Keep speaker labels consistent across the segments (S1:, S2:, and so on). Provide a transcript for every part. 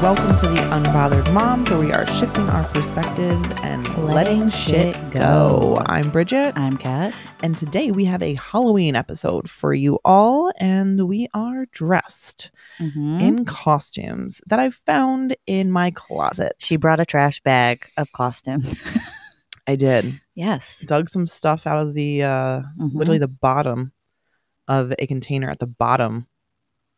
S1: Welcome to the Unbothered Mom, where we are shifting our perspectives and letting, shit go. Uh, I'm Bridget,
S2: I'm Kat.
S1: and today we have a Halloween episode for you all, and we are dressed
S2: Mhm.
S1: in costumes that I found in my closet.
S2: She brought a trash bag of costumes.
S1: I did
S2: yes.
S1: dug some stuff out of the uh,
S2: Mhm.
S1: literally the bottom of a container at the bottom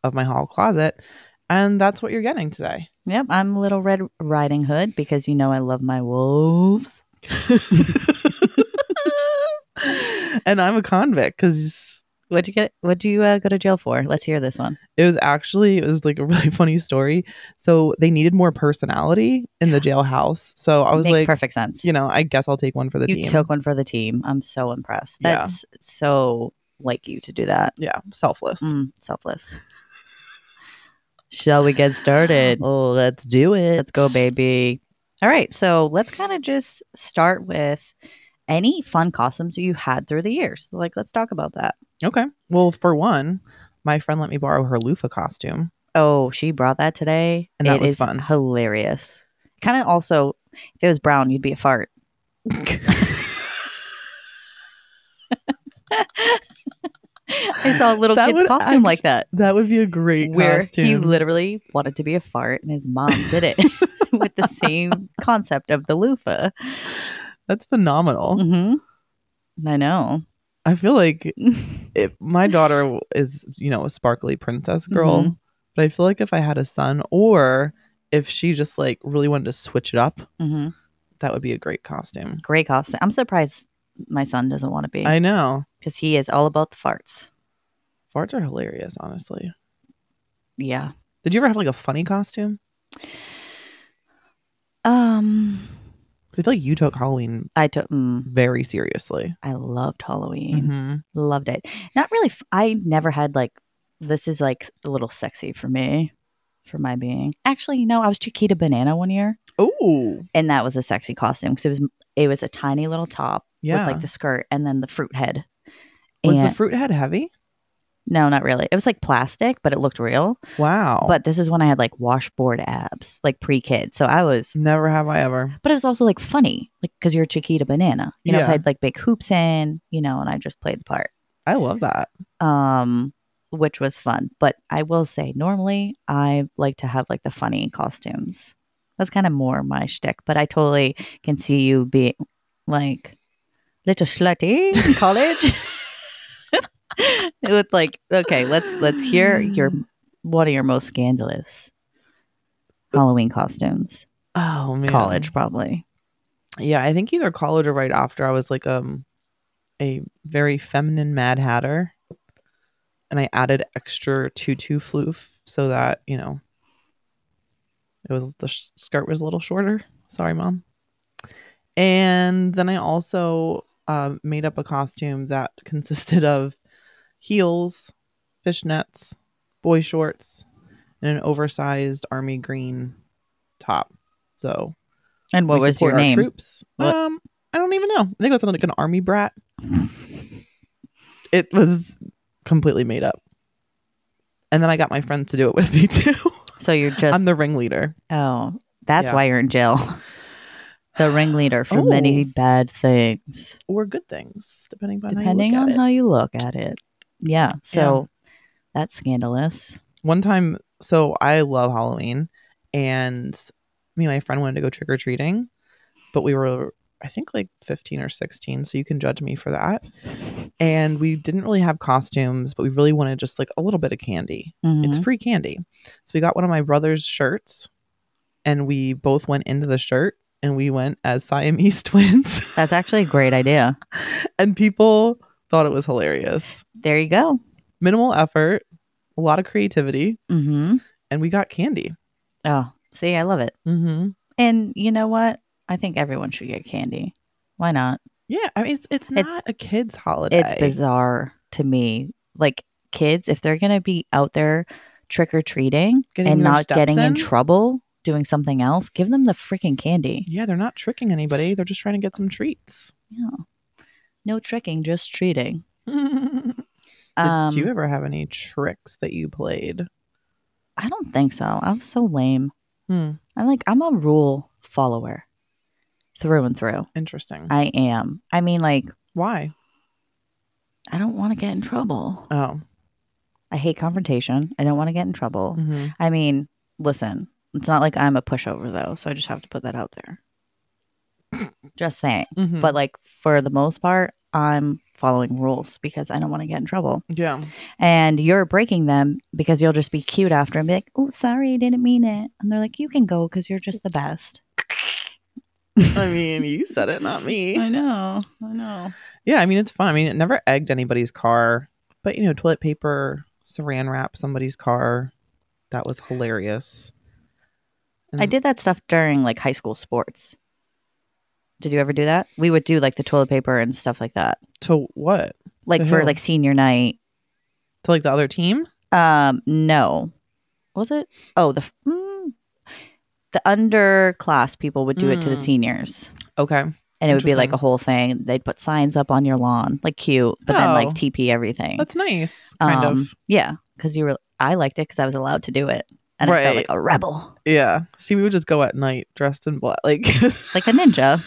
S1: of my hall closet, and that's what you're getting today.
S2: Yep. I'm Little Red Riding Hood because you know I love my wolves.
S1: and I'm a convict because
S2: What'd you get? What'd you uh, go to jail for? Let's hear this one.
S1: it was actually it was like a really funny story. So they needed more personality in the jailhouse. So I was
S2: Makes
S1: like,
S2: perfect sense.
S1: you know, I guess I'll take one for the
S2: you
S1: team.
S2: took one for the team. I'm so impressed.
S1: Yeah.
S2: That's so like you to do that.
S1: yeah, selfless.
S2: Mm, selfless. Shall we get started?
S1: Let's do it.
S2: Let's go, baby. All right. So let's kind of just start with any fun costumes you had through the years. Like, let's talk about that.
S1: Okay. Well, for one, my friend let me borrow her loofah costume.
S2: Oh, she brought that today.
S1: And that
S2: It
S1: was
S2: is
S1: fun.
S2: Hilarious. Kind of also, if it was brown, you'd be a fart. I saw a little
S1: That
S2: kid's
S1: would
S2: costume
S1: act-
S2: like that.
S1: That would be a great
S2: Where
S1: costume.
S2: he literally wanted to be a fart and his mom did it with the same concept of the loofah.
S1: That's phenomenal.
S2: hmm I know.
S1: I feel like
S2: Mm-hmm.
S1: if my daughter is, you know, a sparkly princess girl,
S2: Mhm.
S1: but I feel like if I had a son or if she just like really wanted to switch it up,
S2: hmm
S1: that would be a great costume.
S2: Great costume. I'm surprised my son doesn't want to be
S1: I know.
S2: because he is all about the farts.
S1: Farts are hilarious, honestly.
S2: Yeah.
S1: Did you ever have like a funny costume?
S2: Um,
S1: 'Cause I feel like you took Halloween
S2: I took. Mm,
S1: very seriously.
S2: I loved Halloween.
S1: Mhm.
S2: Loved it. Not really. F- I never had like. This is like a little sexy for me, for my being. Actually, you know, I was Chiquita Banana one year,
S1: Oh,
S2: and that was a sexy costume because it was it was a tiny little top
S1: yeah.
S2: with like the skirt and then the fruit head.
S1: was the
S2: And-
S1: fruit head heavy?
S2: no, not really. It was like plastic, but it looked real.
S1: Wow.
S2: But this is when I had like washboard abs, like pre kid. So I was
S1: never have I ever.
S2: but it was also like funny, like because you're a Chiquita banana, you know. So
S1: Yeah.
S2: I had like big hoops in, you know, and I just played the part,
S1: I love that.
S2: um, which was fun. But I will say, normally I like to have like the funny costumes. That's kind of more my shtick. But I totally can see you being like little slutty in college. With like, okay, let's let's hear your one of your most scandalous Halloween costumes.
S1: Oh Uh, man.
S2: College, probably.
S1: Yeah, I think either college or right after I was like um a very feminine mad hatter. And I added extra tutu floof so that, you know, it was the sh- skirt was a little shorter. Sorry, mom. And then I also um, made up a costume that consisted of heels, fishnets, boy shorts, and an oversized army green top. So
S2: And what
S1: we
S2: was your
S1: support our
S2: name?
S1: Troops.
S2: What-
S1: Um, I don't even know. I think it was like an army brat. it was completely made up. And then I got my friends to do it with me too.
S2: So you're just
S1: I'm the ringleader.
S2: oh, that's
S1: Yeah.
S2: why you're in jail. The ringleader for many
S1: Oh.
S2: bad things,
S1: Or good things, depending on
S2: depending
S1: how you
S2: on
S1: look at it.
S2: how you look at it. Yeah. So that's scandalous.
S1: One time, so I love Halloween, and me and my friend wanted to go trick or treating, but we were, I think, like 15 or 16, so you can judge me for that. And we didn't really have costumes, but we really wanted just like a little bit of candy.
S2: Mhm.
S1: It's free candy. So we got one of my brother's shirts and we both went into the shirt and we went as Siamese twins.
S2: That's actually a great idea.
S1: and people thought it was hilarious.
S2: There you go.
S1: Minimal effort, a lot of creativity,
S2: hmm
S1: and we got candy.
S2: Oh, see, I love it.
S1: Mm-hmm.
S2: And you know what? I think everyone should get candy. Why not?
S1: Yeah, I mean, it's, it's not
S2: It's-
S1: a kid's holiday.
S2: It's bizarre to me. Like kids, if they're gonna be out there trick or treating
S1: Getting
S2: and
S1: their
S2: not
S1: steps
S2: getting in.
S1: in?
S2: trouble, doing something else, give them the freaking candy.
S1: Yeah, they're not tricking anybody. They're just trying to get some treats.
S2: No tricking, just treating.
S1: Did
S2: Um,
S1: you ever have any tricks that you played?
S2: I don't think so. I was so lame.
S1: Hmm.
S2: I'm like, I'm a rule follower through and through.
S1: Interesting.
S2: I am. I mean, like,
S1: Why?
S2: I don't want to get in trouble.
S1: Oh.
S2: I hate confrontation. I don't want to get in trouble.
S1: hmm
S2: I mean, listen, it's not like I'm a pushover though, so I just have to put that out there. just saying.
S1: hmm
S2: But like for the most part, I'm following rules because I don't want to get in trouble.
S1: yeah.
S2: And you're breaking them because you'll just be cute after and be like, "Oh, sorry, I didn't mean it." And they're like, "You can go because you're just the best."
S1: I mean, you said it, not me.
S2: I know. I know.
S1: Yeah, I mean, it's fun. I mean, it never egged anybody's car, but you know, toilet paper, saran wrap somebody's car. That was hilarious.
S2: I
S1: Mm.
S2: did that stuff during like high school sports. Did you ever do that? We would do like the toilet paper and stuff like that.
S1: To what?
S2: Like
S1: To
S2: for
S1: who?
S2: like senior night.
S1: To like the other team?
S2: Um, no. Was it? Oh, the mm, the underclass people would do it to the
S1: Mm.
S2: seniors.
S1: Okay.
S2: And it would be like a
S1: Interesting.
S2: whole thing. They'd put signs up on your lawn, like cute, but then like
S1: Oh.
S2: TP everything.
S1: That's nice. Kind
S2: Um,
S1: of.
S2: Yeah, because you were. I liked it because I was allowed to do it, and I felt
S1: Right.
S2: like a rebel,
S1: Yeah. See, we would just go at night dressed in black, like
S2: like a ninja.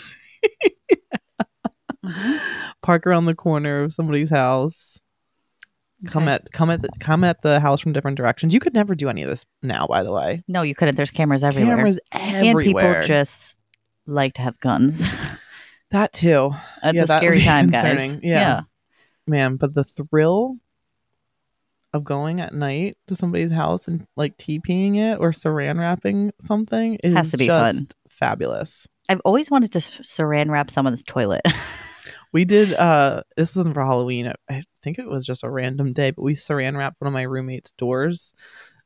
S1: park around the corner of somebody's house. Come
S2: Okay.
S1: at come at the, come at the house from different directions. You could never do any of this now, by the way.
S2: No, you couldn't. There's cameras everywhere.
S1: Cameras everywhere.
S2: And people just like to have guns.
S1: that too,
S2: That's
S1: Yeah,
S2: a
S1: that would
S2: scary
S1: be
S2: time, guys.
S1: concerning. Yeah. man. But the thrill of going at night to somebody's house and like TPing it or saran wrapping something is
S2: Has to be fun.
S1: just fabulous.
S2: I've always wanted to s- saran wrap someone's toilet.
S1: We did. uh This isn't for Halloween. I- I think it was just a random day, but we saran wrapped one of my roommate's doors.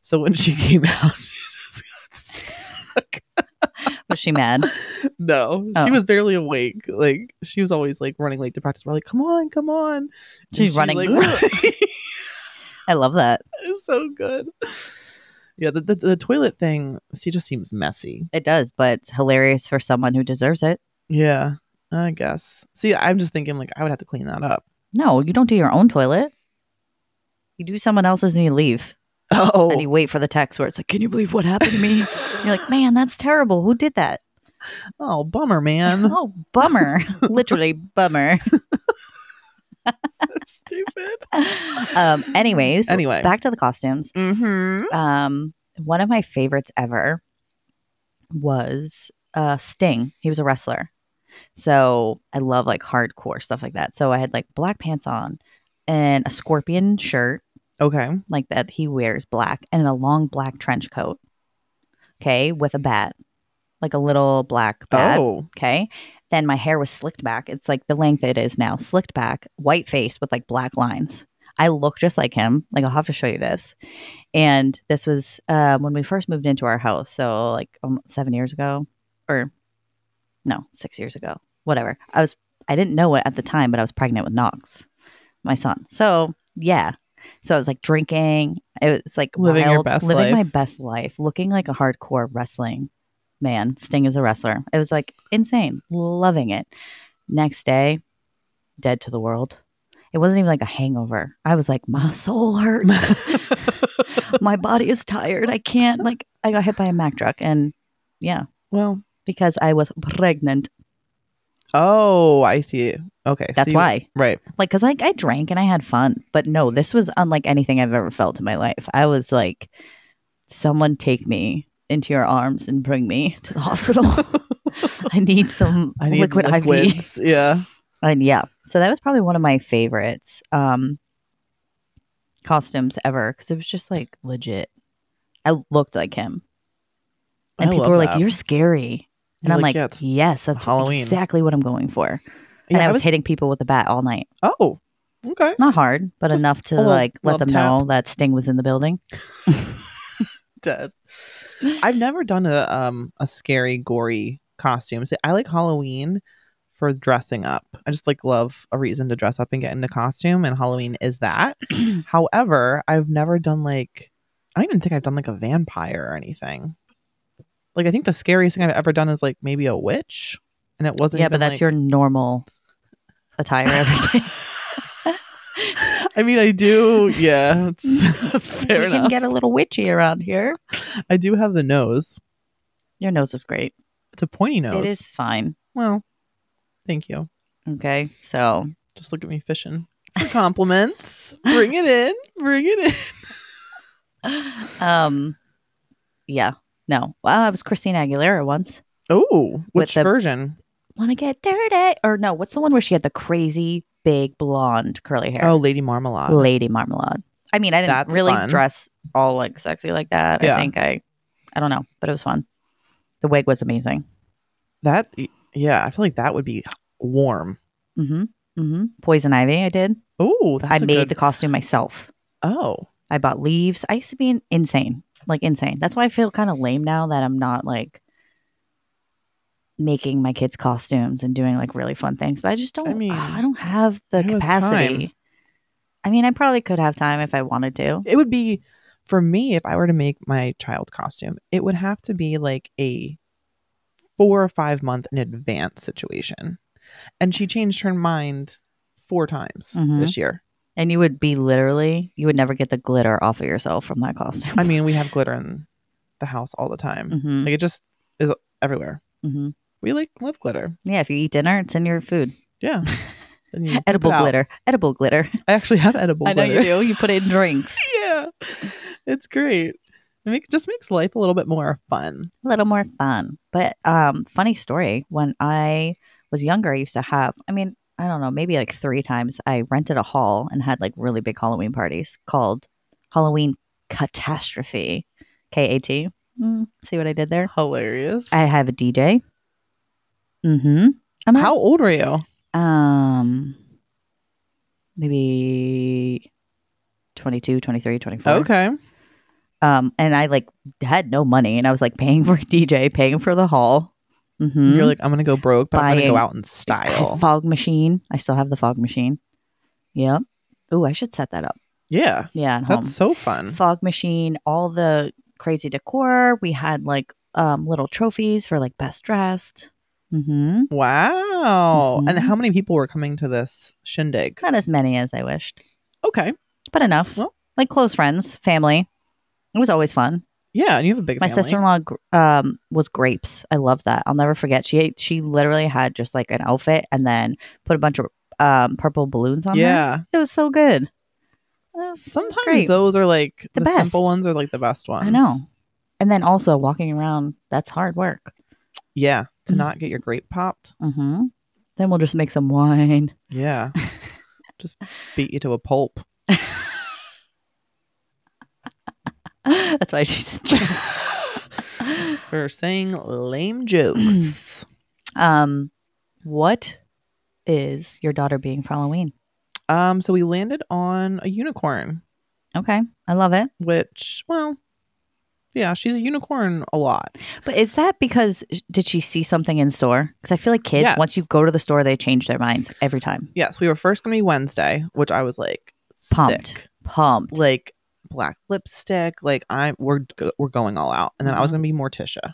S1: So when she came out, she just got stuck.
S2: was she mad?
S1: no,
S2: Oh.
S1: she was barely awake. Like she was always like running late to practice. We're like, come on, come on. And
S2: She's
S1: she,
S2: running.
S1: Like,
S2: I love that.
S1: it's so good. Yeah, the, the the toilet thing. She just seems messy.
S2: It does, but it's hilarious for someone who deserves it.
S1: Yeah, I guess. See, I'm just thinking like I would have to clean that up.
S2: No, you don't do your own toilet. You do someone else's and you leave.
S1: Oh,
S2: And you wait for the text where it's like, Can you believe what happened to me? And you're like, Man, that's terrible. Who did that?
S1: oh, bummer, man.
S2: oh, bummer. Literally, bummer.
S1: Stupid.
S2: Um, anyways,
S1: Anyway.
S2: back to the costumes.
S1: Mm-hmm.
S2: um, one of my favorites ever was uh, Sting. He was a wrestler. So I love like hardcore stuff like that. So I had like black pants on and a scorpion shirt
S1: Okay.
S2: like that he wears black and a long black trench coat. Okay. With a bat, like a little black bat.
S1: Oh,
S2: Okay. Then my hair was slicked back. It's like the length it is now, slicked back, white face with like black lines. I look just like him. Like, I'll have to show you this. And this was uh, when we first moved into our house. So, like, um, seven years ago, or no, six years ago, whatever. I was, I didn't know it at the time, but I was pregnant with Knox, my son. So, yeah. So I was like drinking. It was like
S1: Living your
S2: wild,
S1: best
S2: living my
S1: life.
S2: best life, looking like a hardcore wrestling man. Sting is a wrestler. It was like insane, loving it. Next day, dead to the world. It wasn't even like a hangover. I was like, my soul hurts. my body is tired. I can't. Like, I got hit by a Mack truck, and yeah,
S1: well.
S2: because I was pregnant.
S1: Oh, I see. Okay, so
S2: That's
S1: you-
S2: why.
S1: Right.
S2: Like, cause like I drank and I had fun, but no, this was unlike anything I've ever felt in my life. I was like, someone take me into your arms and bring me to the hospital. I need some
S1: I need
S2: liquid IV.
S1: liquids. Yeah.
S2: And yeah, so that was probably one of my favorites um, costumes ever because it was just like legit. I looked like him, and
S1: I
S2: people
S1: love
S2: were like,
S1: that.
S2: "You're scary," and
S1: You're
S2: I'm like,
S1: yeah, it's-
S2: "Yes, that's
S1: Halloween."
S2: exactly what I'm going for." And
S1: yeah,
S2: I, was hitting people with the bat all night.
S1: Oh, okay.
S2: Not hard, but
S1: Just
S2: enough
S1: a
S2: to
S1: little
S2: like let
S1: love
S2: them
S1: tap.
S2: know that Sting was in the building.
S1: Dead. I've never done a um a scary, gory costume. See, I like Halloween for dressing up. I just like love a reason to dress up and get into costume, and Halloween is that. However, I've never done like I don't even think I've done like a vampire or anything. Like I think the scariest thing I've ever done is like maybe a witch, and it wasn't.
S2: yeah, but
S1: even,
S2: that's
S1: like-
S2: your normal attire every day.
S1: I mean, I do. Yeah, it's- fair
S2: we
S1: enough.
S2: can get a little witchy around here.
S1: I do have the nose.
S2: Your nose is great.
S1: It's a pointy nose.
S2: It is fine.
S1: Well, thank you.
S2: Okay. So
S1: Just look at me fishing for compliments. bring it in. Bring it in.
S2: um yeah. No. Well, I was Christina Aguilera once.
S1: Oh, which
S2: the-
S1: version?
S2: Wanna get dirty. Or no, what's the one where she had the crazy big blonde curly hair?
S1: Oh, Lady Marmalade.
S2: Lady Marmalade. I mean, I didn't
S1: That's
S2: really
S1: fun.
S2: dress all like sexy like that.
S1: Yeah.
S2: I think I, I don't know, but it was fun. The wig was amazing.
S1: that. Yeah, I feel like that would be warm.
S2: Mm-hmm. Mm-hmm. Poison ivy. I did.
S1: Oh, that's
S2: I
S1: a
S2: made
S1: good.
S2: the costume myself.
S1: oh,
S2: I bought leaves. I used to be in- insane, like insane. That's why I feel kind of lame now that I'm not like making my kids costumes and doing like really fun things. But I just don't.
S1: I mean,
S2: I don't have the
S1: there was time.
S2: capacity. I mean, I probably could have time if I wanted to.
S1: it would be for me if I were to make my child costume. It would have to be like a four or five month in advance situation, and she changed her mind four times
S2: Mhm.
S1: this year.
S2: And you would be literally, you would never get the glitter off of yourself from that costume.
S1: I mean, we have glitter in the house all the time.
S2: hmm
S1: Like it just is everywhere.
S2: hmm
S1: We like love glitter.
S2: Yeah, if you eat dinner, it's in your food.
S1: Yeah. And you
S2: Edible
S1: put it out.
S2: glitter. Edible glitter.
S1: I actually have edible
S2: I know
S1: glitter.
S2: you do. You put it in drinks.
S1: yeah. It's great. It make, just makes life a little bit more fun.
S2: a little more fun. But um, funny story. When I was younger, I used to have. I mean, I don't know, maybe like three times. I rented a hall and had like really big Halloween parties called Halloween Catastrophe, K A T. Mm, see what I did there?
S1: Hilarious.
S2: I have a DJ. Mm-hmm. I'm
S1: How old were you?
S2: Um, maybe 22, 23, 24.
S1: Okay.
S2: Um, and I like had no money, and I was like paying for a DJ, paying for the hall. Mm-hmm.
S1: You're like, I'm going to go broke, but I'm going to
S2: Buying-
S1: go out in
S2: I had
S1: style.
S2: fog machine. I still have the fog machine. Yep. Ooh, I should set that up.
S1: yeah.
S2: Yeah, at
S1: That's so fun.
S2: home. Fog machine, all the crazy decor. We had like um little trophies for like best dressed. Mm-hmm.
S1: Wow. And
S2: Mhm.
S1: how many people were coming to this shindig?
S2: Not as many as I wished,
S1: Okay.
S2: but enough.
S1: Well.
S2: like close friends, family. It was always fun.
S1: Yeah. And you have a big
S2: My
S1: family.
S2: sister in law um, was grapes. I love that. I'll never forget. She she literally had just like an outfit and then put a bunch of um, purple balloons on. her.
S1: Yeah.
S2: it was so good. It was- it was
S1: Sometimes
S2: great.
S1: those are like the,
S2: The
S1: simple
S2: best.
S1: ones are like the best ones.
S2: I know. And then also walking around, that's hard work.
S1: Yeah. To
S2: Mhm.
S1: not get your grape popped.
S2: hmm Then we'll just make some wine.
S1: Yeah. Just beat you to a pulp.
S2: that's why she.
S1: for saying lame jokes.
S2: um, what is your daughter being for Halloween?
S1: um, so we landed on a unicorn,
S2: Okay, I love it.
S1: which, well, yeah, she's a unicorn a lot.
S2: But is that because did she see something in store? Because I feel like kids,
S1: Yes.
S2: once you go to the store, they change their minds every time.
S1: Yes, we were first going to be Wednesday, which I was like
S2: Pumped.
S1: sick.
S2: Pumped.
S1: like black lipstick. Like I we're go- we're going all out, and then I was going
S2: Mhm.
S1: to be Morticia.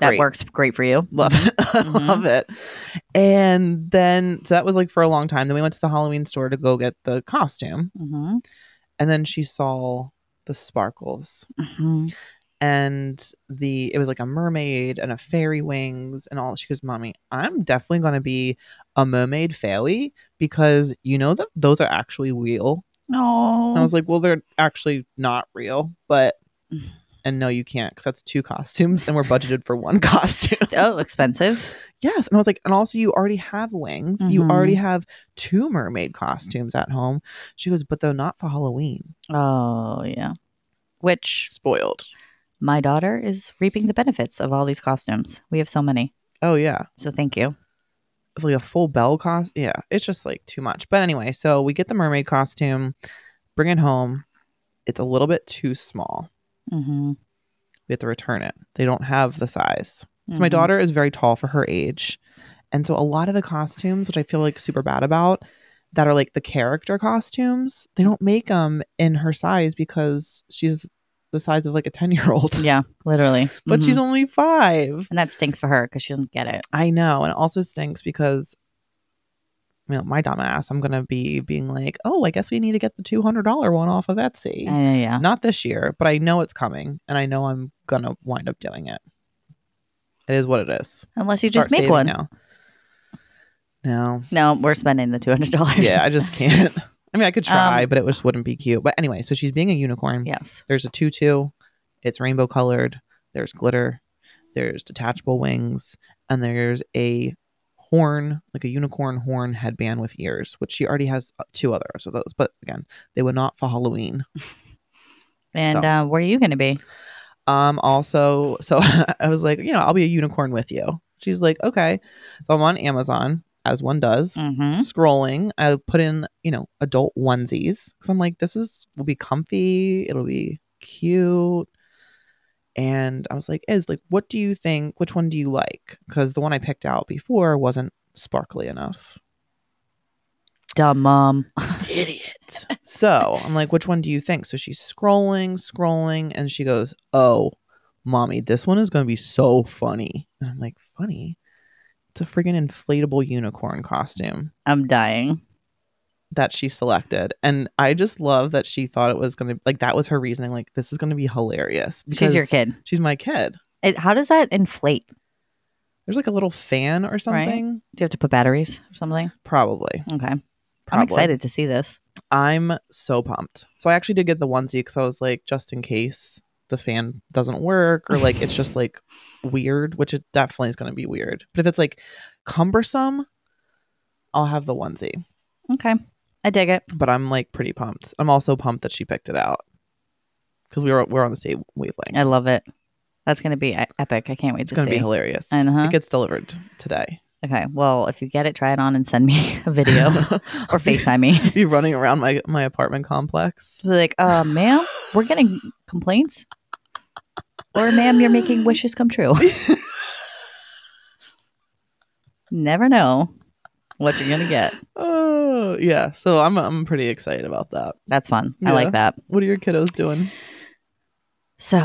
S2: That
S1: Great.
S2: works great for you.
S1: Love it, I
S2: Mhm.
S1: love it. And then so that was like for a long time. Then we went to the Halloween store to go get the costume,
S2: Mm-hmm.
S1: and then she saw the sparkles.
S2: Mm-hmm.
S1: and the it was like a mermaid and a fairy wings and all she goes mommy i'm definitely going to be a mermaid fairy because you know that those are actually real
S2: No.
S1: and i was like well they're actually not real but and no you can't because that's two costumes and we're budgeted for one costume
S2: oh, expensive.
S1: yes and i was like and also you already have wings you
S2: Mhm.
S1: already have two mermaid costumes at home she goes but though not for halloween
S2: Oh, yeah. Which
S1: spoiled
S2: my daughter is reaping the benefits of all these costumes. We have so many.
S1: oh yeah
S2: So thank you.
S1: like a full bell cost. Yeah, it's just like too much. But anyway, so we get the mermaid costume, bring it home. It's a little bit too small.
S2: Mm-hmm.
S1: We have to return it. They don't have the size. So
S2: Mm-hmm.
S1: my daughter is very tall for her age. And so a lot of the costumes, which I feel like super bad about, that are like the character costumes, they don't make them in her size because she's the size of like a 10 year old.
S2: Yeah, literally.
S1: But
S2: Mhm.
S1: she's only five.
S2: And that stinks for her because she doesn't get it.
S1: I know, and it also stinks because you know my dumb ass. I'm gonna be being like, oh, I guess we need to get the two hundred dollar one off of Etsy.
S2: I know, yeah.
S1: Not this year, but I know it's coming, and I know I'm gonna wind up doing it. It is what it is.
S2: Unless you just
S1: Start
S2: make
S1: saving
S2: one.
S1: now. No.
S2: No, we're spending the two hundred dollars.
S1: Yeah, I just can't. I mean, I could try,
S2: Um,
S1: but it just wouldn't be cute. But anyway, so she's being a unicorn.
S2: yes.
S1: There's a tutu. It's rainbow colored. There's glitter. There's detachable wings, and there's a horn, like a unicorn horn headband with ears, which she already has uh, two others of those. But again, they were not for Halloween.
S2: And
S1: So.
S2: uh, where are you going to be?
S1: Um, also, so I was like, you know, I'll be a unicorn with you. She's like, okay. So I'm on Amazon, as one does.
S2: Mm-hmm.
S1: Scrolling, I put in, you know, adult onesies because I'm like, this is will be comfy, it'll be cute. And I was like, Is like, what do you think? Which one do you like? Because the one I picked out before wasn't sparkly enough.
S2: Dumb mom.
S1: Idiot. so I'm like, which one do you think? So she's scrolling, scrolling, and she goes, Oh, mommy, this one is going to be so funny. And I'm like, Funny? It's a friggin' inflatable unicorn costume
S2: I'm dying.
S1: that she selected. And I just love that she thought it was going to, like, that was her reasoning. Like, this is going to be hilarious.
S2: She's your
S1: because
S2: kid.
S1: She's my kid.
S2: It, how does that inflate? Do
S1: There's like a little fan or something.
S2: you have to put batteries or something?
S1: Probably.
S2: Okay. I'm
S1: Probably.
S2: excited to see this.
S1: I'm so pumped. So I actually did get the onesie because I was like, just in case the fan doesn't work or like it's just like weird, which it definitely is going to be weird. But if it's like cumbersome, I'll have the onesie.
S2: Okay. I dig it.
S1: But I'm like pretty pumped. I'm also pumped that she picked it out because we were we're on the same wavelength.
S2: I love it. That's going to be e- epic. I can't wait
S1: it's
S2: to
S1: going
S2: see.
S1: to be hilarious.
S2: Uh-huh.
S1: It gets delivered today.
S2: okay. Well, if you get it, try it on and send me a video or FaceTime me.
S1: Be running around my my apartment complex.
S2: So they're like, uh, ma'am, we're getting complaints. Or, ma'am, you're making wishes come true. Never know what you're going to get.
S1: Oh yeah. So I'm I'm pretty excited about that.
S2: That's fun.
S1: Yeah.
S2: I like that.
S1: What are your kiddos doing?
S2: So,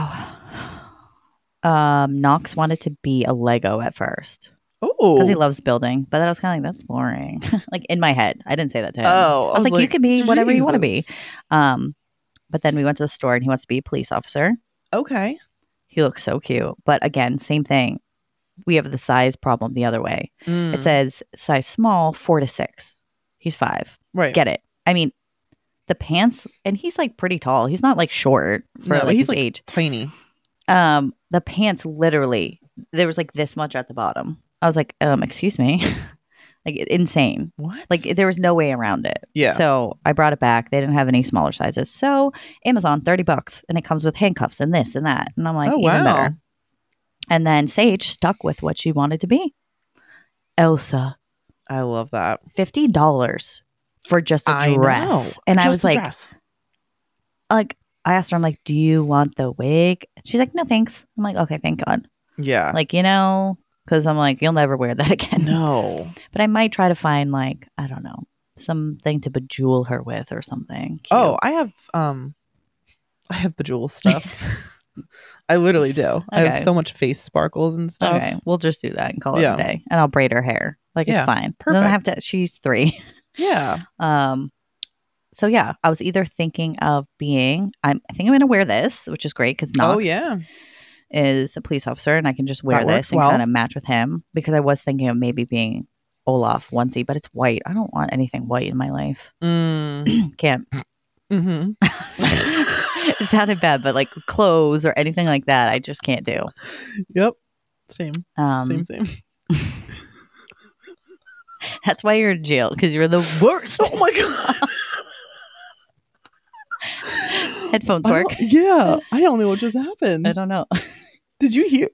S2: um, Knox wanted to be a Lego at first
S1: Oh,
S2: because he loves building, but then I was kind of like, that's boring. like in my head, I didn't say that to him.
S1: Oh,
S2: I was like, you could be whatever you wanna be.
S1: Jesus.
S2: Um, but then we went to the store and he wants to be a police officer.
S1: Okay.
S2: He looks so cute. But again, same thing. We have the size problem the other way.
S1: Mm.
S2: It says size small, four to six. He's five.
S1: right.
S2: Get it. I mean, the pants, and he's like pretty tall. He's not like short for
S1: No,
S2: like
S1: he's,
S2: his
S1: like,
S2: age.
S1: Tiny.
S2: Um, the pants literally, there was like this much at the bottom. I was like, um, excuse me. like insane.
S1: What?
S2: Like there was no way around it.
S1: yeah.
S2: So I brought it back. They didn't have any smaller sizes. So Amazon, 30 bucks, and it comes with handcuffs and this and that. And I'm like,
S1: oh wow.
S2: even better. And then Sage stuck with what she wanted to be Elsa,
S1: I love that.
S2: $50 for just a
S1: I
S2: dress.
S1: know.
S2: And I
S1: Just
S2: was
S1: the
S2: like,
S1: dress.
S2: like, I asked her, I'm like, do you want the wig? She's like, no, thanks. I'm like, okay, thank God.
S1: yeah.
S2: Like, you know, because I'm like, you'll never wear that again.
S1: no.
S2: But I might try to find, like, I don't know, something to bejewel her with or something. cute.
S1: Oh, I have um, I have bejewel stuff. I literally do. I have
S2: Okay.
S1: so much face sparkles and stuff.
S2: Okay, we'll just do that and call
S1: uh, Yeah.
S2: it a day. And I'll braid her hair. Like
S1: Yeah,
S2: it's fine. Doesn't have to. She's three.
S1: Yeah.
S2: Um, so yeah, I was either thinking of being. I'm, I think I'm going to wear this, which is great because Knox
S1: Oh yeah.
S2: is a police officer, and I can just wear
S1: That works
S2: this and
S1: well.
S2: kind of match with him. Because I was thinking of maybe being Olaf onesie, but it's white. I don't want anything white in my life.
S1: Mm.
S2: Can't.
S1: hmm
S2: it sounded bad, but like clothes or anything like that, I just can't do.
S1: Yep. Same.
S2: Um,
S1: same. Same.
S2: That's why you're in jail because you're the worst.
S1: Oh my god.
S2: Headphones
S1: I
S2: work.
S1: don't- Yeah. I don't know what just happened.
S2: I don't know.
S1: Did you hear?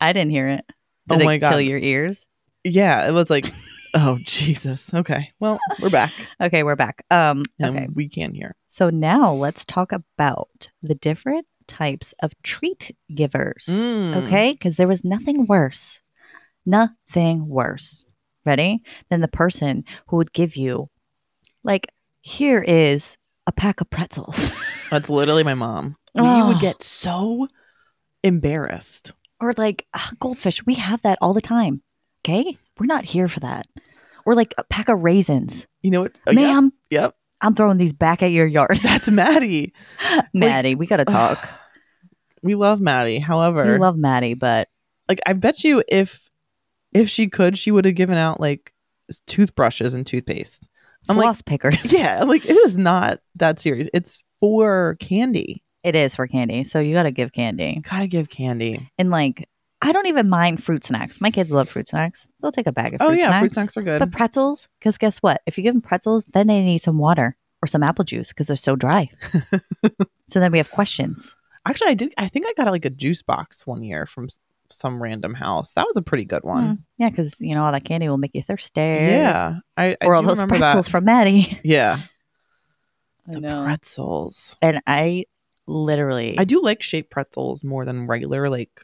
S2: I didn't hear it.
S1: Oh
S2: Did it
S1: my God.
S2: kill your ears?
S1: Yeah, it was like, oh Jesus. Okay, well we're back
S2: Okay, we're back. Um,
S1: and
S2: okay.
S1: we can hear.
S2: So now let's talk about the different types of treat givers.
S1: Mm.
S2: Okay? 'Cause Okay, because there was nothing worse, nothing worse. Ready? Than the person who would give you, like, here is a pack of pretzels,
S1: that's literally my mom. We
S2: Oh.
S1: would get so embarrassed.
S2: or like "Ah, goldfish. We have that all the time. Okay, we're not here for that. Or like a pack of raisins,
S1: You know what? Oh, yeah,
S2: ma'am.
S1: Yep,
S2: I'm throwing these back at your yard.
S1: that's Maddie.
S2: Maddie, we gotta talk.
S1: We love Maddie. However,
S2: we love Maddie, but
S1: like I bet you if if she could, she would have given out like s- toothbrushes and toothpaste. I'm like-
S2: Floss pickers.
S1: Yeah, I'm like it is not that serious. It's for candy.
S2: It is for candy. So you got to give candy.
S1: Gotta give candy.
S2: And like, I don't even mind fruit snacks. My kids love fruit snacks. They'll take a bag of
S1: oh
S2: fruit
S1: yeah,
S2: snacks.
S1: fruit snacks are good.
S2: But pretzels, because guess what? If you give them pretzels, then they need some water or some apple juice because they're so dry. so then we have questions.
S1: Actually, I did. I think I got like a juice box one year from s- some random house. That was a pretty good one.
S2: Mm, Yeah, because you know all that candy will make you thirsty.
S1: Yeah, I, I
S2: or all
S1: do
S2: those
S1: remember
S2: pretzels
S1: that.
S2: from Maddie.
S1: Yeah,
S2: I
S1: the pretzels.
S2: and I literally,
S1: I do like shaped pretzels more than regular like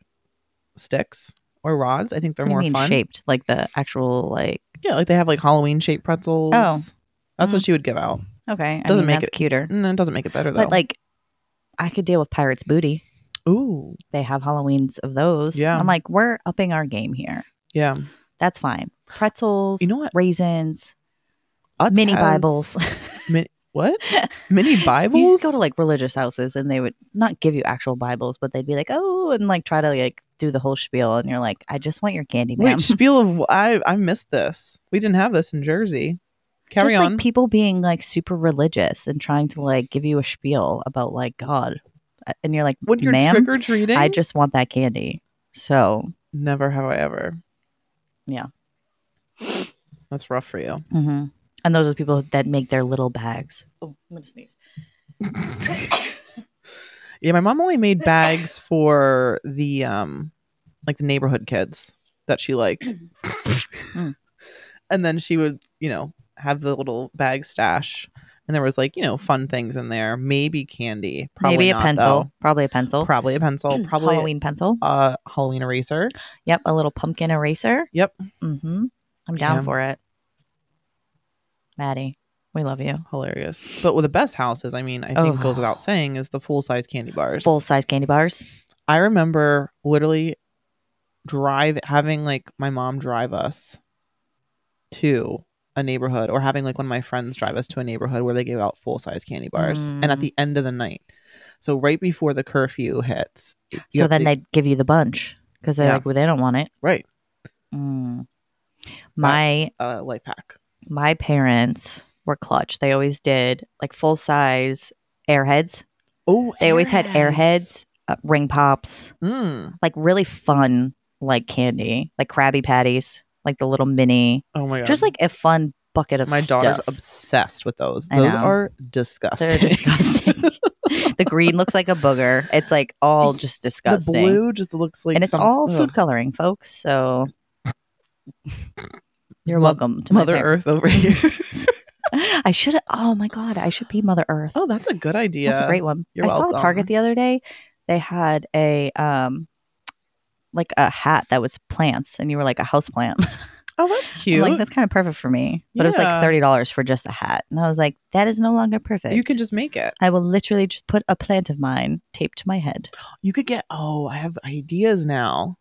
S1: sticks or rods. I think they're
S2: What do you
S1: more
S2: mean
S1: fun.
S2: shaped like the actual like.
S1: Yeah, like they have like Halloween shaped pretzels.
S2: Oh.
S1: That's what
S2: Mm.
S1: she would give out.
S2: Okay, I
S1: Doesn't
S2: mean,
S1: make
S2: that's
S1: it-
S2: cuter.
S1: And it doesn't make it better though.
S2: But like, I could deal with pirates' booty.
S1: ooh,
S2: They have Halloweens of those.
S1: Yeah.
S2: I'm like, we're upping our game here.
S1: yeah.
S2: That's fine. Pretzels,
S1: You know what?
S2: raisins,
S1: Utz
S2: mini
S1: has-
S2: Bibles.
S1: What? Mini Bibles?
S2: You could go to like religious houses and they would not give you actual Bibles, but they'd be like, oh, and like try to like do the whole spiel. And you're like, I just want your candy, ma'am.
S1: Wait, spiel of I I missed this. We didn't have this in Jersey. Carry
S2: just
S1: on.
S2: like people being like super religious and trying to like give you a spiel about like God. And you're like,
S1: when you're
S2: ma'am,
S1: trick or treating,
S2: I just want that candy. So,
S1: never have I ever.
S2: Yeah.
S1: That's rough for you.
S2: mhm. and those are people that make their little bags. Oh, I'm going to sneeze.
S1: Yeah, my mom only made bags for the um like the neighborhood kids that she liked.
S2: Mm.
S1: and then she would, you know, have the little bag stash and there was like, you know, fun things in there, maybe candy, probably
S2: Maybe a
S1: not,
S2: pencil. Probably a pencil.
S1: though. Probably a pencil, probably
S2: Halloween pencil.
S1: a uh, Halloween eraser.
S2: Yep, a little pumpkin eraser.
S1: Yep.
S2: Mm-hmm. I'm down
S1: Yeah.
S2: for it. Maddie, we love you.
S1: Hilarious. But with the best houses, I mean, I think
S2: Oh.
S1: goes without saying is the full-size candy bars.
S2: Full size candy bars.
S1: I remember literally drive having like my mom drive us to a neighborhood or having like one of my friends drive us to a neighborhood where they gave out full size candy bars and at
S2: Mm.
S1: the end of the night. So right before the curfew hits. you
S2: so
S1: have
S2: then
S1: to-
S2: they'd give you the bunch because they're
S1: Yeah.
S2: like, well, they don't want it.
S1: right.
S2: Mm. My
S1: that's a life hack.
S2: my parents were clutch. They always did like full size airheads.
S1: Oh,
S2: They always had airheads, uh, ring pops,
S1: Mm.
S2: like really fun like candy, like Krabby Patties, like the little mini,
S1: Oh my god.
S2: just like a fun bucket of
S1: my daughter's
S2: stuff.
S1: obsessed with those.
S2: I
S1: Those
S2: know.
S1: are
S2: They're
S1: disgusting.
S2: disgusting. the green looks like a booger. It's like all just
S1: the
S2: disgusting.
S1: blue just looks like
S2: and it's
S1: some-
S2: all food
S1: ugh,
S2: coloring, folks. So you're
S1: Mo-
S2: welcome to my
S1: Mother
S2: par-
S1: Earth over here.
S2: I should. Oh my god, I should be Mother Earth.
S1: oh, that's a good idea.
S2: That's a great one.
S1: You're
S2: I saw at
S1: welcome.
S2: Target the other day. They had a um, like a hat that was plants, and you were like a house plant.
S1: Oh, that's
S2: I'm
S1: cute.
S2: like that's kind of perfect for me. But it was
S1: Yeah.
S2: like thirty dollars for just a hat, and I was like, that is no longer perfect.
S1: You can just make it.
S2: I will literally just put a plant of mine taped to my head.
S1: You could get. Oh, I have ideas now.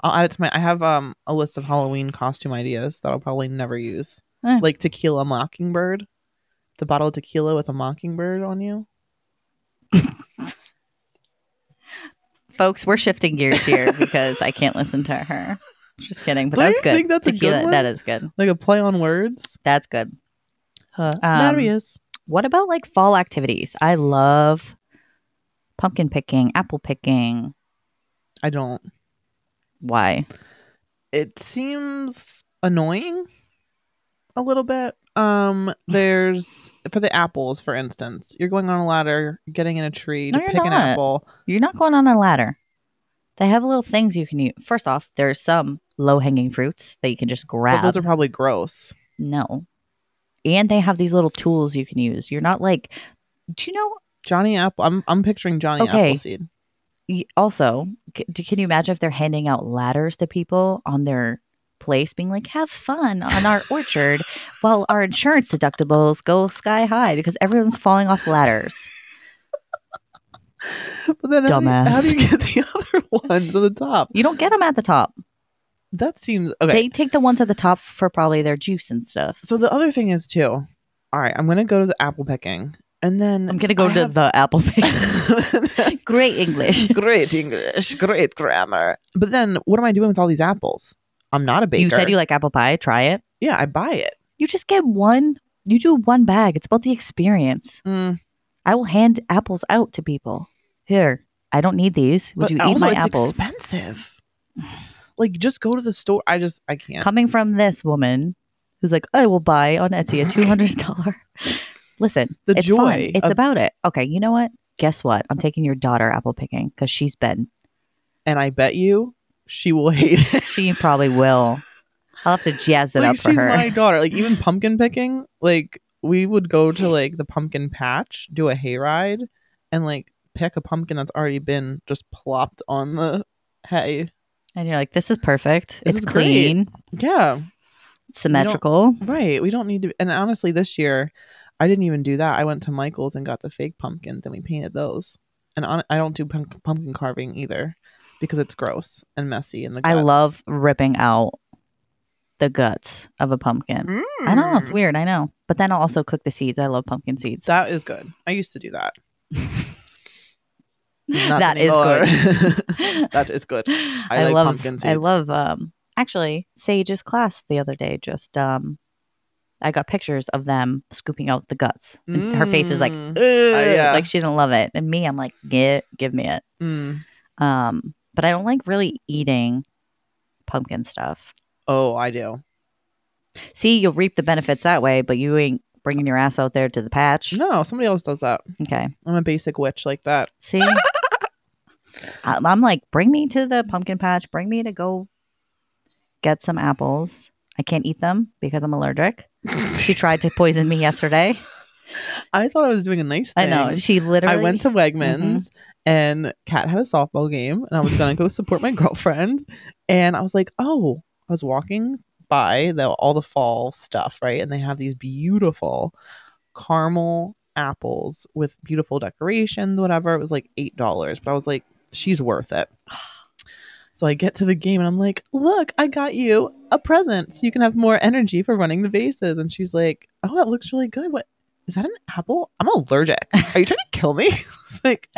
S1: I'll add it to my. I have um a list of Halloween costume ideas that I'll probably never use,
S2: Eh.
S1: like tequila mockingbird, the bottle of tequila with a mockingbird on you.
S2: Folks, we're shifting gears here because I can't listen to her. Just kidding, but
S1: Don't
S2: that's
S1: you
S2: good.
S1: think that's a good
S2: Tequila,
S1: one?
S2: That is good.
S1: Like a play on words.
S2: That's good. Um,
S1: Hilarious.
S2: What about like fall activities? I love pumpkin picking, apple picking.
S1: I don't.
S2: Why?
S1: It seems annoying, a little bit. Um, there's for the apples, for instance, you're going on a ladder, getting in a tree to
S2: No, you're
S1: pick an
S2: not.
S1: apple.
S2: You're not going on a ladder. They have little things you can use. First off, there's some low hanging fruits that you can just grab.
S1: But those are probably gross.
S2: no. And they have these little tools you can use. You're not like, do you know
S1: Johnny Apple. I'm I'm picturing Johnny
S2: Okay.
S1: Appleseed.
S2: y- also, c- d- can you imagine if they're handing out ladders to people on their place, being like, have fun on our orchard while our insurance deductibles go sky high because everyone's falling off ladders?
S1: But then how do you- How
S2: Dumbass.
S1: do, you, get the other ones to the top?
S2: You don't get them at the top.
S1: That seems okay.
S2: They take the ones at the top for probably their juice and stuff.
S1: so the other thing is too. All right, I'm gonna go to the apple picking, And then
S2: I'm gonna go
S1: I
S2: to
S1: have-
S2: the Apple page. Great English.
S1: great English, great grammar. But then what am I doing with all these apples? I'm not a baker.
S2: You said you like apple pie. Try it.
S1: yeah, I buy it.
S2: You just get one. You do one bag. It's about the experience.
S1: Mm.
S2: I will hand apples out to people. Here, I don't need these. Would
S1: but
S2: you eat
S1: also
S2: my
S1: it's
S2: apples?
S1: expensive. Like just go to the store. I just I can't.
S2: Coming from this woman who's like, I will buy on Etsy a two hundred dollar. Listen,
S1: The
S2: it's
S1: joy
S2: fun. It's
S1: of-
S2: about it. Okay, you know what? Guess what? I'm taking your daughter apple picking because she's been.
S1: and I bet you she will hate it.
S2: She probably will. I'll have to jazz it
S1: like
S2: up for
S1: she's
S2: her.
S1: my daughter. Like even pumpkin picking, like we would go to like the pumpkin patch, do a hayride, and like pick a pumpkin that's already been just plopped on the hay.
S2: And you're like, this is perfect.
S1: This
S2: it's
S1: is great.
S2: clean,
S1: Yeah.
S2: it's symmetrical.
S1: Right. We don't need to. And honestly, this year, I didn't even do that. I went to Michael's and got the fake pumpkins and we painted those. And on, I don't do punk, pumpkin carving either because it's gross and messy. And the
S2: I
S1: guts.
S2: love ripping out the guts of a pumpkin. I know it's
S1: Mm.
S2: weird. I know, but then I'll also cook the seeds. I love pumpkin seeds.
S1: That is good. I used to do that. Not
S2: That is
S1: anymore.
S2: good.
S1: that is good.
S2: I,
S1: like
S2: love
S1: pumpkin
S2: I
S1: seeds.
S2: love um actually Sage's class the other day just um I got pictures of them scooping out the guts. And Her face was like
S1: Mm.
S2: "Ugh,"
S1: yeah.
S2: like she didn't love it. And me I'm like, "Get give me it."
S1: Mm.
S2: Um but I don't like really eating pumpkin stuff.
S1: Oh, I do.
S2: See, you'll reap the benefits that way, but you ain't bringing your ass out there to the patch.
S1: No, somebody else does that.
S2: Okay.
S1: I'm a basic witch like that.
S2: See? I- I'm like, bring me to the pumpkin patch. Bring me to go get some apples. I can't eat them because I'm allergic. She tried to poison me yesterday.
S1: I thought I was doing a nice
S2: I
S1: thing.
S2: know. She literally.
S1: I went to
S2: Mm-hmm.
S1: Wegmans and Kat had a softball game and I was gonna go support my girlfriend and I was like, oh, I was walking by the all the fall stuff, right? And they have these beautiful caramel apples with beautiful decorations, whatever. It was like eight dollars, but I was like, she's worth it. So I get to the game and I'm like, look, I got you a present so you can have more energy for running the bases. And she's like, oh, that looks really good. What is that an apple? I'm allergic. Are you trying to kill me? it's like,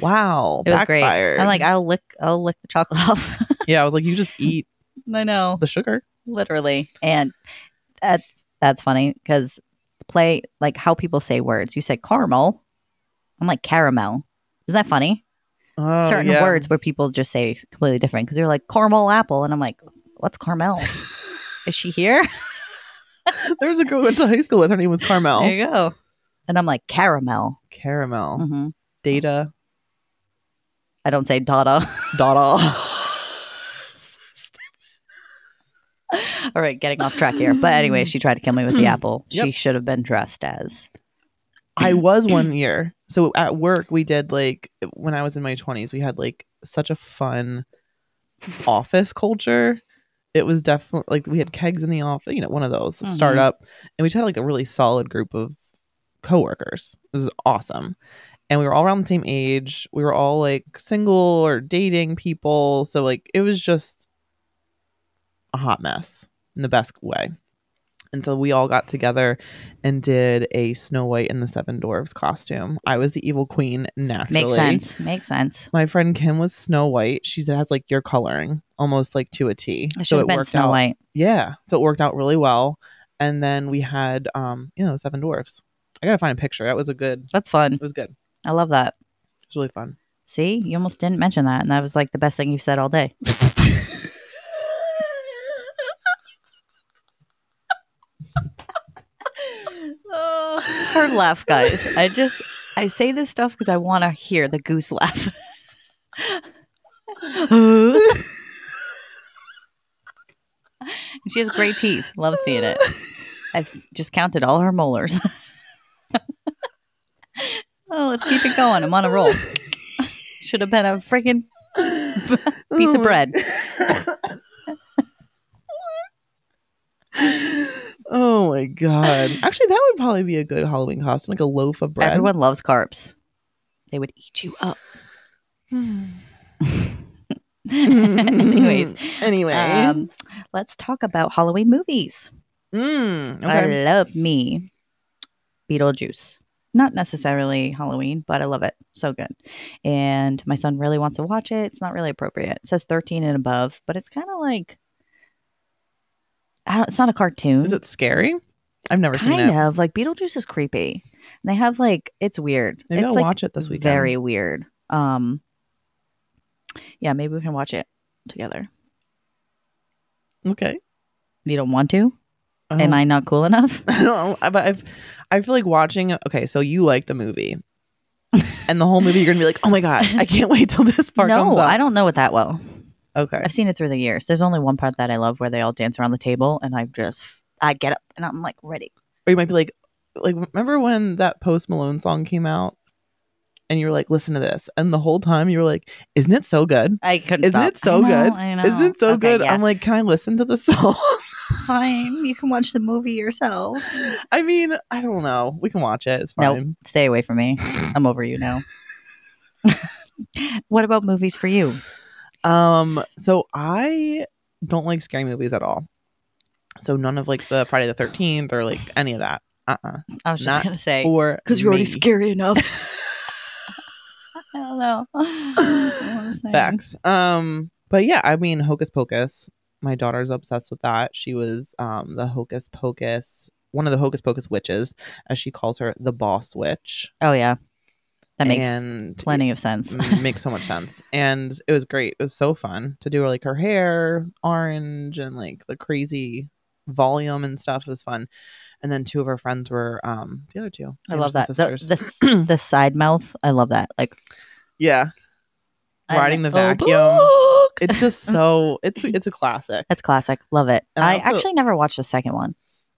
S1: wow.
S2: It was great.
S1: backfired.
S2: I'm like, I'll lick, I'll lick the chocolate off.
S1: yeah, I was like, you just eat
S2: I know,
S1: the sugar.
S2: literally. And that's that's funny because play like how people say words. You say caramel. I'm like caramel. Isn't that funny?
S1: Oh,
S2: certain
S1: yeah.
S2: words where people just say completely different because they're like caramel apple, and I'm like, what's caramel? Is she here?
S1: There was a girl I went to high school with. Her name was
S2: There
S1: Carmel.
S2: you go. And I'm like caramel.
S1: Caramel.
S2: hmm
S1: Data.
S2: I don't say dada.
S1: Dada.
S2: All right, getting off track here. But anyway, she tried to kill me with the apple. She
S1: Hmm. Yep.
S2: should have been dressed as.
S1: I was one year. So at work, we did like when I was in my 20s, we had like such a fun office culture. It was definitely like we had kegs in the office, you know, one of those
S2: Mhm.
S1: startup, and we just had like a really solid group of coworkers. It was awesome, and we were all around the same age. We were all like single or dating people, so like it was just a hot mess in the best way. And so we all got together and did a Snow White and the Seven Dwarves costume. I was the evil queen naturally.
S2: Makes sense. Makes sense.
S1: My friend Kim was Snow White. She has like your coloring almost like to a T.
S2: I should have been Snow
S1: out.
S2: White.
S1: Yeah. So it worked out really well. And then we had um, you know, seven dwarfs. I gotta find a picture. That was a good
S2: That's fun.
S1: it was good. It
S2: I love that.
S1: was really fun.
S2: See, you almost didn't mention that, and that was like the best thing you've said all day. Her laugh, guys. I just I say this stuff because I want to hear the goose laugh. and she has great teeth. Love seeing it. I've s- just counted all her molars. oh, let's keep it going. I'm on a roll. Should have been a freaking piece of bread.
S1: Oh my god. Actually that would probably be a good Halloween costume, like a loaf of bread.
S2: Everyone loves carbs. They would eat you up.
S1: Mm-hmm.
S2: Anyways,
S1: Anyway.
S2: um, let's talk about Halloween movies.
S1: Mm, okay.
S2: I love me Beetlejuice. not necessarily Halloween, but I love it. So good. And my son really wants to watch it. It's not really appropriate. It says 13 and above, but it's kind of like I don't, it's not a cartoon.
S1: Is it scary? I've never seen
S2: kind
S1: it.
S2: of like Beetlejuice is creepy. And they have like it's weird.
S1: Maybe
S2: it's
S1: I'll
S2: like
S1: watch it this weekend.
S2: very weird. Um Yeah, maybe we can watch it together.
S1: okay.
S2: You don't want to?
S1: Um,
S2: Am I not cool enough?
S1: I don't know, but I've I feel like watching. Okay, so you like the movie, and the whole movie you're gonna be like, oh my god, I can't wait till this part
S2: no,
S1: comes up.
S2: I don't know it that well.
S1: okay,
S2: I've seen it through the years. There's only one part that I love where they all dance around the table, and I just I get up and I'm like ready.
S1: or you might be like, like remember when that Post Malone song came out, and you were like, listen to this, and the whole time you were like, isn't it so good?
S2: I couldn't.
S1: Isn't
S2: stop.
S1: it so
S2: I know,
S1: good?
S2: I know.
S1: Isn't it so
S2: Oh, Okay,
S1: good?
S2: yeah.
S1: I'm like, can I listen to the song?
S2: fine. You can watch the movie yourself.
S1: I mean, I don't know. We can watch it. It's
S2: Nope.
S1: fine.
S2: Stay away from me. I'm over you now. what about movies for you?
S1: Um, so I don't like scary movies at all. So none of like the Friday the Thirteenth or like any of that. Uh uh
S2: I was just
S1: Not
S2: gonna say
S1: Or me.
S2: scary enough. I don't know. I don't know what I'm saying.
S1: Facts. Um, but yeah, I mean Hocus Pocus. My daughter's obsessed with that. She was um the Hocus Pocus, one of the Hocus Pocus witches, as she calls her, the boss witch.
S2: Oh yeah, that makes
S1: and
S2: plenty of sense.
S1: Mm, makes so much sense. And it was great. It was so fun to do like her hair orange and like the crazy volume and stuff. It was fun. And then two of her friends were um the other two.
S2: I love
S1: Sanderson
S2: that. The,
S1: sisters.
S2: the, s- the side mouth. I love that. Like
S1: yeah.
S2: I
S1: Riding the
S2: like- oh,
S1: vacuum.
S2: book.
S1: It's just so it's it's a classic.
S2: That's classic. Love it.
S1: And
S2: I
S1: also-
S2: actually never watched the second one.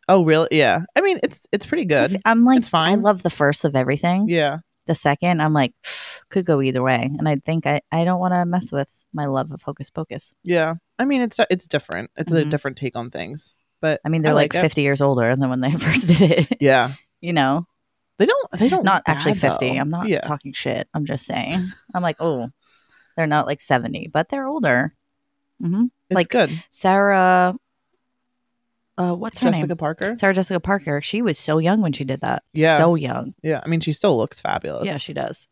S1: Oh really? Yeah. I mean it's it's pretty good.
S2: I'm like,
S1: It's fine.
S2: I love the first of everything.
S1: Yeah.
S2: The second, I'm like, could go either way. And I think I, I don't want to mess with my love of Hocus Pocus.
S1: Yeah. I mean it's it's different. It's a
S2: Mhm.
S1: different take on things. But
S2: I mean, they're like,
S1: it.
S2: 50 years older than when they first did it.
S1: Yeah.
S2: you know,
S1: They don't they don't
S2: not
S1: look
S2: actually
S1: bad,
S2: 50.
S1: though.
S2: I'm not
S1: yeah.
S2: talking shit. I'm just saying. I'm like, oh, they're not like 70, but they're older. hmm
S1: it's
S2: like,
S1: good.
S2: Sarah, uh, what's her
S1: Jessica
S2: name?
S1: Parker.
S2: Sarah Jessica Parker. She was so young when she did that.
S1: Yeah.
S2: So young.
S1: Yeah, I mean, she still looks fabulous.
S2: Yeah, she does.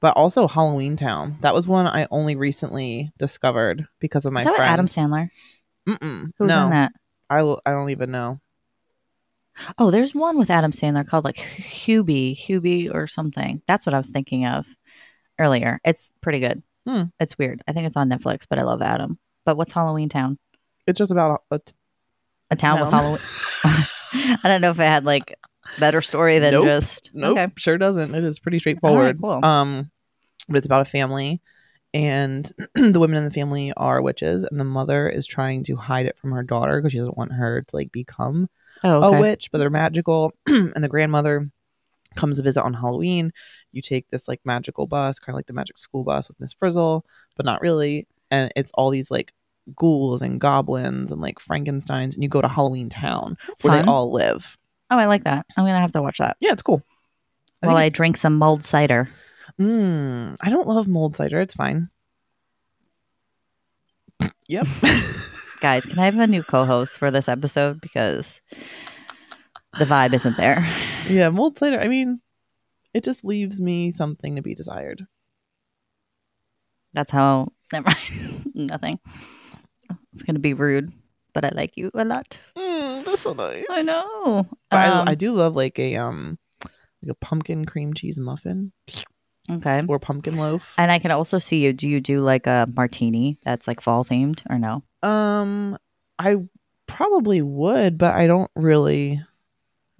S1: But also Halloween Town. That was one I only recently discovered because of my
S2: Is that with
S1: friends.
S2: Adam Sandler?
S1: Mm-mm.
S2: Who's
S1: no,
S2: in that?
S1: I l- I don't even know.
S2: Oh, there's one with Adam Sandler called like Hubie, Hubie or something. That's what I was thinking of earlier. It's pretty good.
S1: Hmm.
S2: It's weird. I think it's on Netflix, but I love Adam. But what's Halloween Town?
S1: It's just about uh, a, t-
S2: A town with
S1: Town.
S2: Halloween. I don't know if it had like better story than
S1: Nope.
S2: just
S1: nope.
S2: Okay.
S1: Sure doesn't. It is pretty straightforward.
S2: cool.
S1: Um, but it's about a family, and the women in the family are witches, and the mother is trying to hide it from her daughter because she doesn't want her to like become
S2: Oh, okay.
S1: a witch, but they're magical. and the grandmother comes to visit on Halloween. You take this like magical bus, kind of like the magic school bus with Miss Frizzle, but not really. And it's all these like ghouls and goblins and like Frankenstein's. And you go to Halloween Town
S2: That's
S1: where
S2: fun.
S1: they all live.
S2: oh, I like that. I'm gonna have to watch that
S1: Yeah, it's cool.
S2: while
S1: think
S2: I
S1: it's-
S2: drink some mulled cider.
S1: Mm, I don't love mold cider. It's fine. Yep.
S2: Guys, can I have a new co-host for this episode because the vibe isn't there.
S1: yeah, mold cider. I mean, it just leaves me something to be desired.
S2: That's how. Never mind. Nothing. It's gonna be rude, but I like you a lot.
S1: Mm, that's so nice.
S2: I know.
S1: But
S2: Um,
S1: I, I do love like a um like a pumpkin cream cheese muffin
S2: okay.
S1: or pumpkin loaf.
S2: And I can also see you. Do you do like a martini that's like fall themed or no?
S1: um, I probably would, but I don't really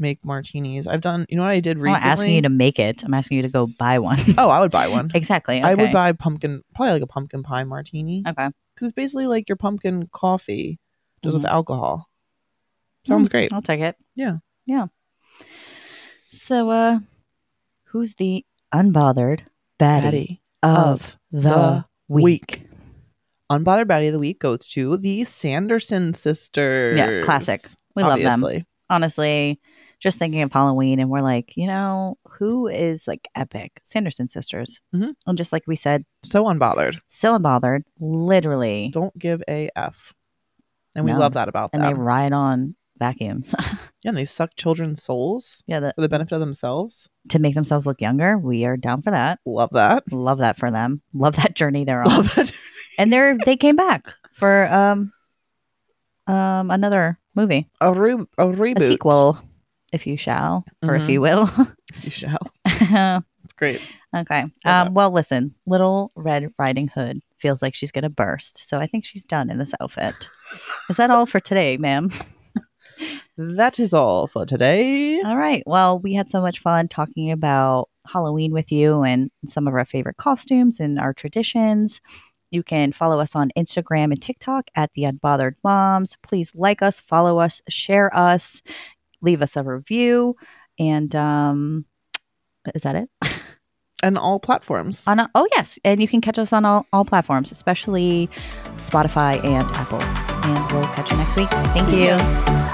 S1: make martinis. I've done. You know what I did
S2: I'm
S1: recently?
S2: not asking Oh, you to make it. I'm asking you to go buy one.
S1: oh, I would buy one.
S2: exactly.
S1: I would
S2: okay.
S1: buy pumpkin, probably like a pumpkin pie martini, because
S2: Okay.
S1: it's basically like your pumpkin coffee just
S2: Mhm.
S1: with alcohol. Sounds
S2: Mm,
S1: great.
S2: I'll take it.
S1: Yeah.
S2: Yeah. So, uh, who's the unbothered baddie, of the,
S1: the
S2: week?
S1: week. Unbothered Baddie of the Week goes to the Sanderson sisters.
S2: Yeah, classic. We love them.
S1: obviously.
S2: honestly just thinking of Halloween and we're like, you know, who is like epic? Sanderson sisters.
S1: Mhm.
S2: And just like we said,
S1: So unbothered.
S2: so unbothered, literally.
S1: Don't give a F. And we
S2: No.
S1: love that about
S2: And they
S1: them.
S2: ride on vacuums.
S1: Yeah, and they suck children's souls
S2: yeah, that,
S1: for the benefit of themselves.
S2: to make themselves look younger, we are down for that.
S1: Love that.
S2: Love that for them. Love that journey they're on.
S1: Love that.
S2: and they're they came back for um um another movie,
S1: A, re- a reboot.
S2: a sequel, if you shall or if
S1: Mhm.
S2: you will. Um,
S1: You shall. It's great.
S2: okay.
S1: that.
S2: Um, well, listen, Little Red Riding Hood feels like she's gonna burst, so I think she's done in this outfit. Is that all for today, ma'am?
S1: That is all for today.
S2: All right. Well, we had so much fun talking about Halloween with you and some of our favorite costumes and our traditions. You can follow us on Instagram and TikTok at The Unbothered Moms. Please like us, follow us, share us, leave us a review. And um, is that it?
S1: And all platforms.
S2: On a, oh, yes. And you can catch us on all, all platforms, especially Spotify and Apple. And we'll catch you next week. Thank you.
S1: Yeah.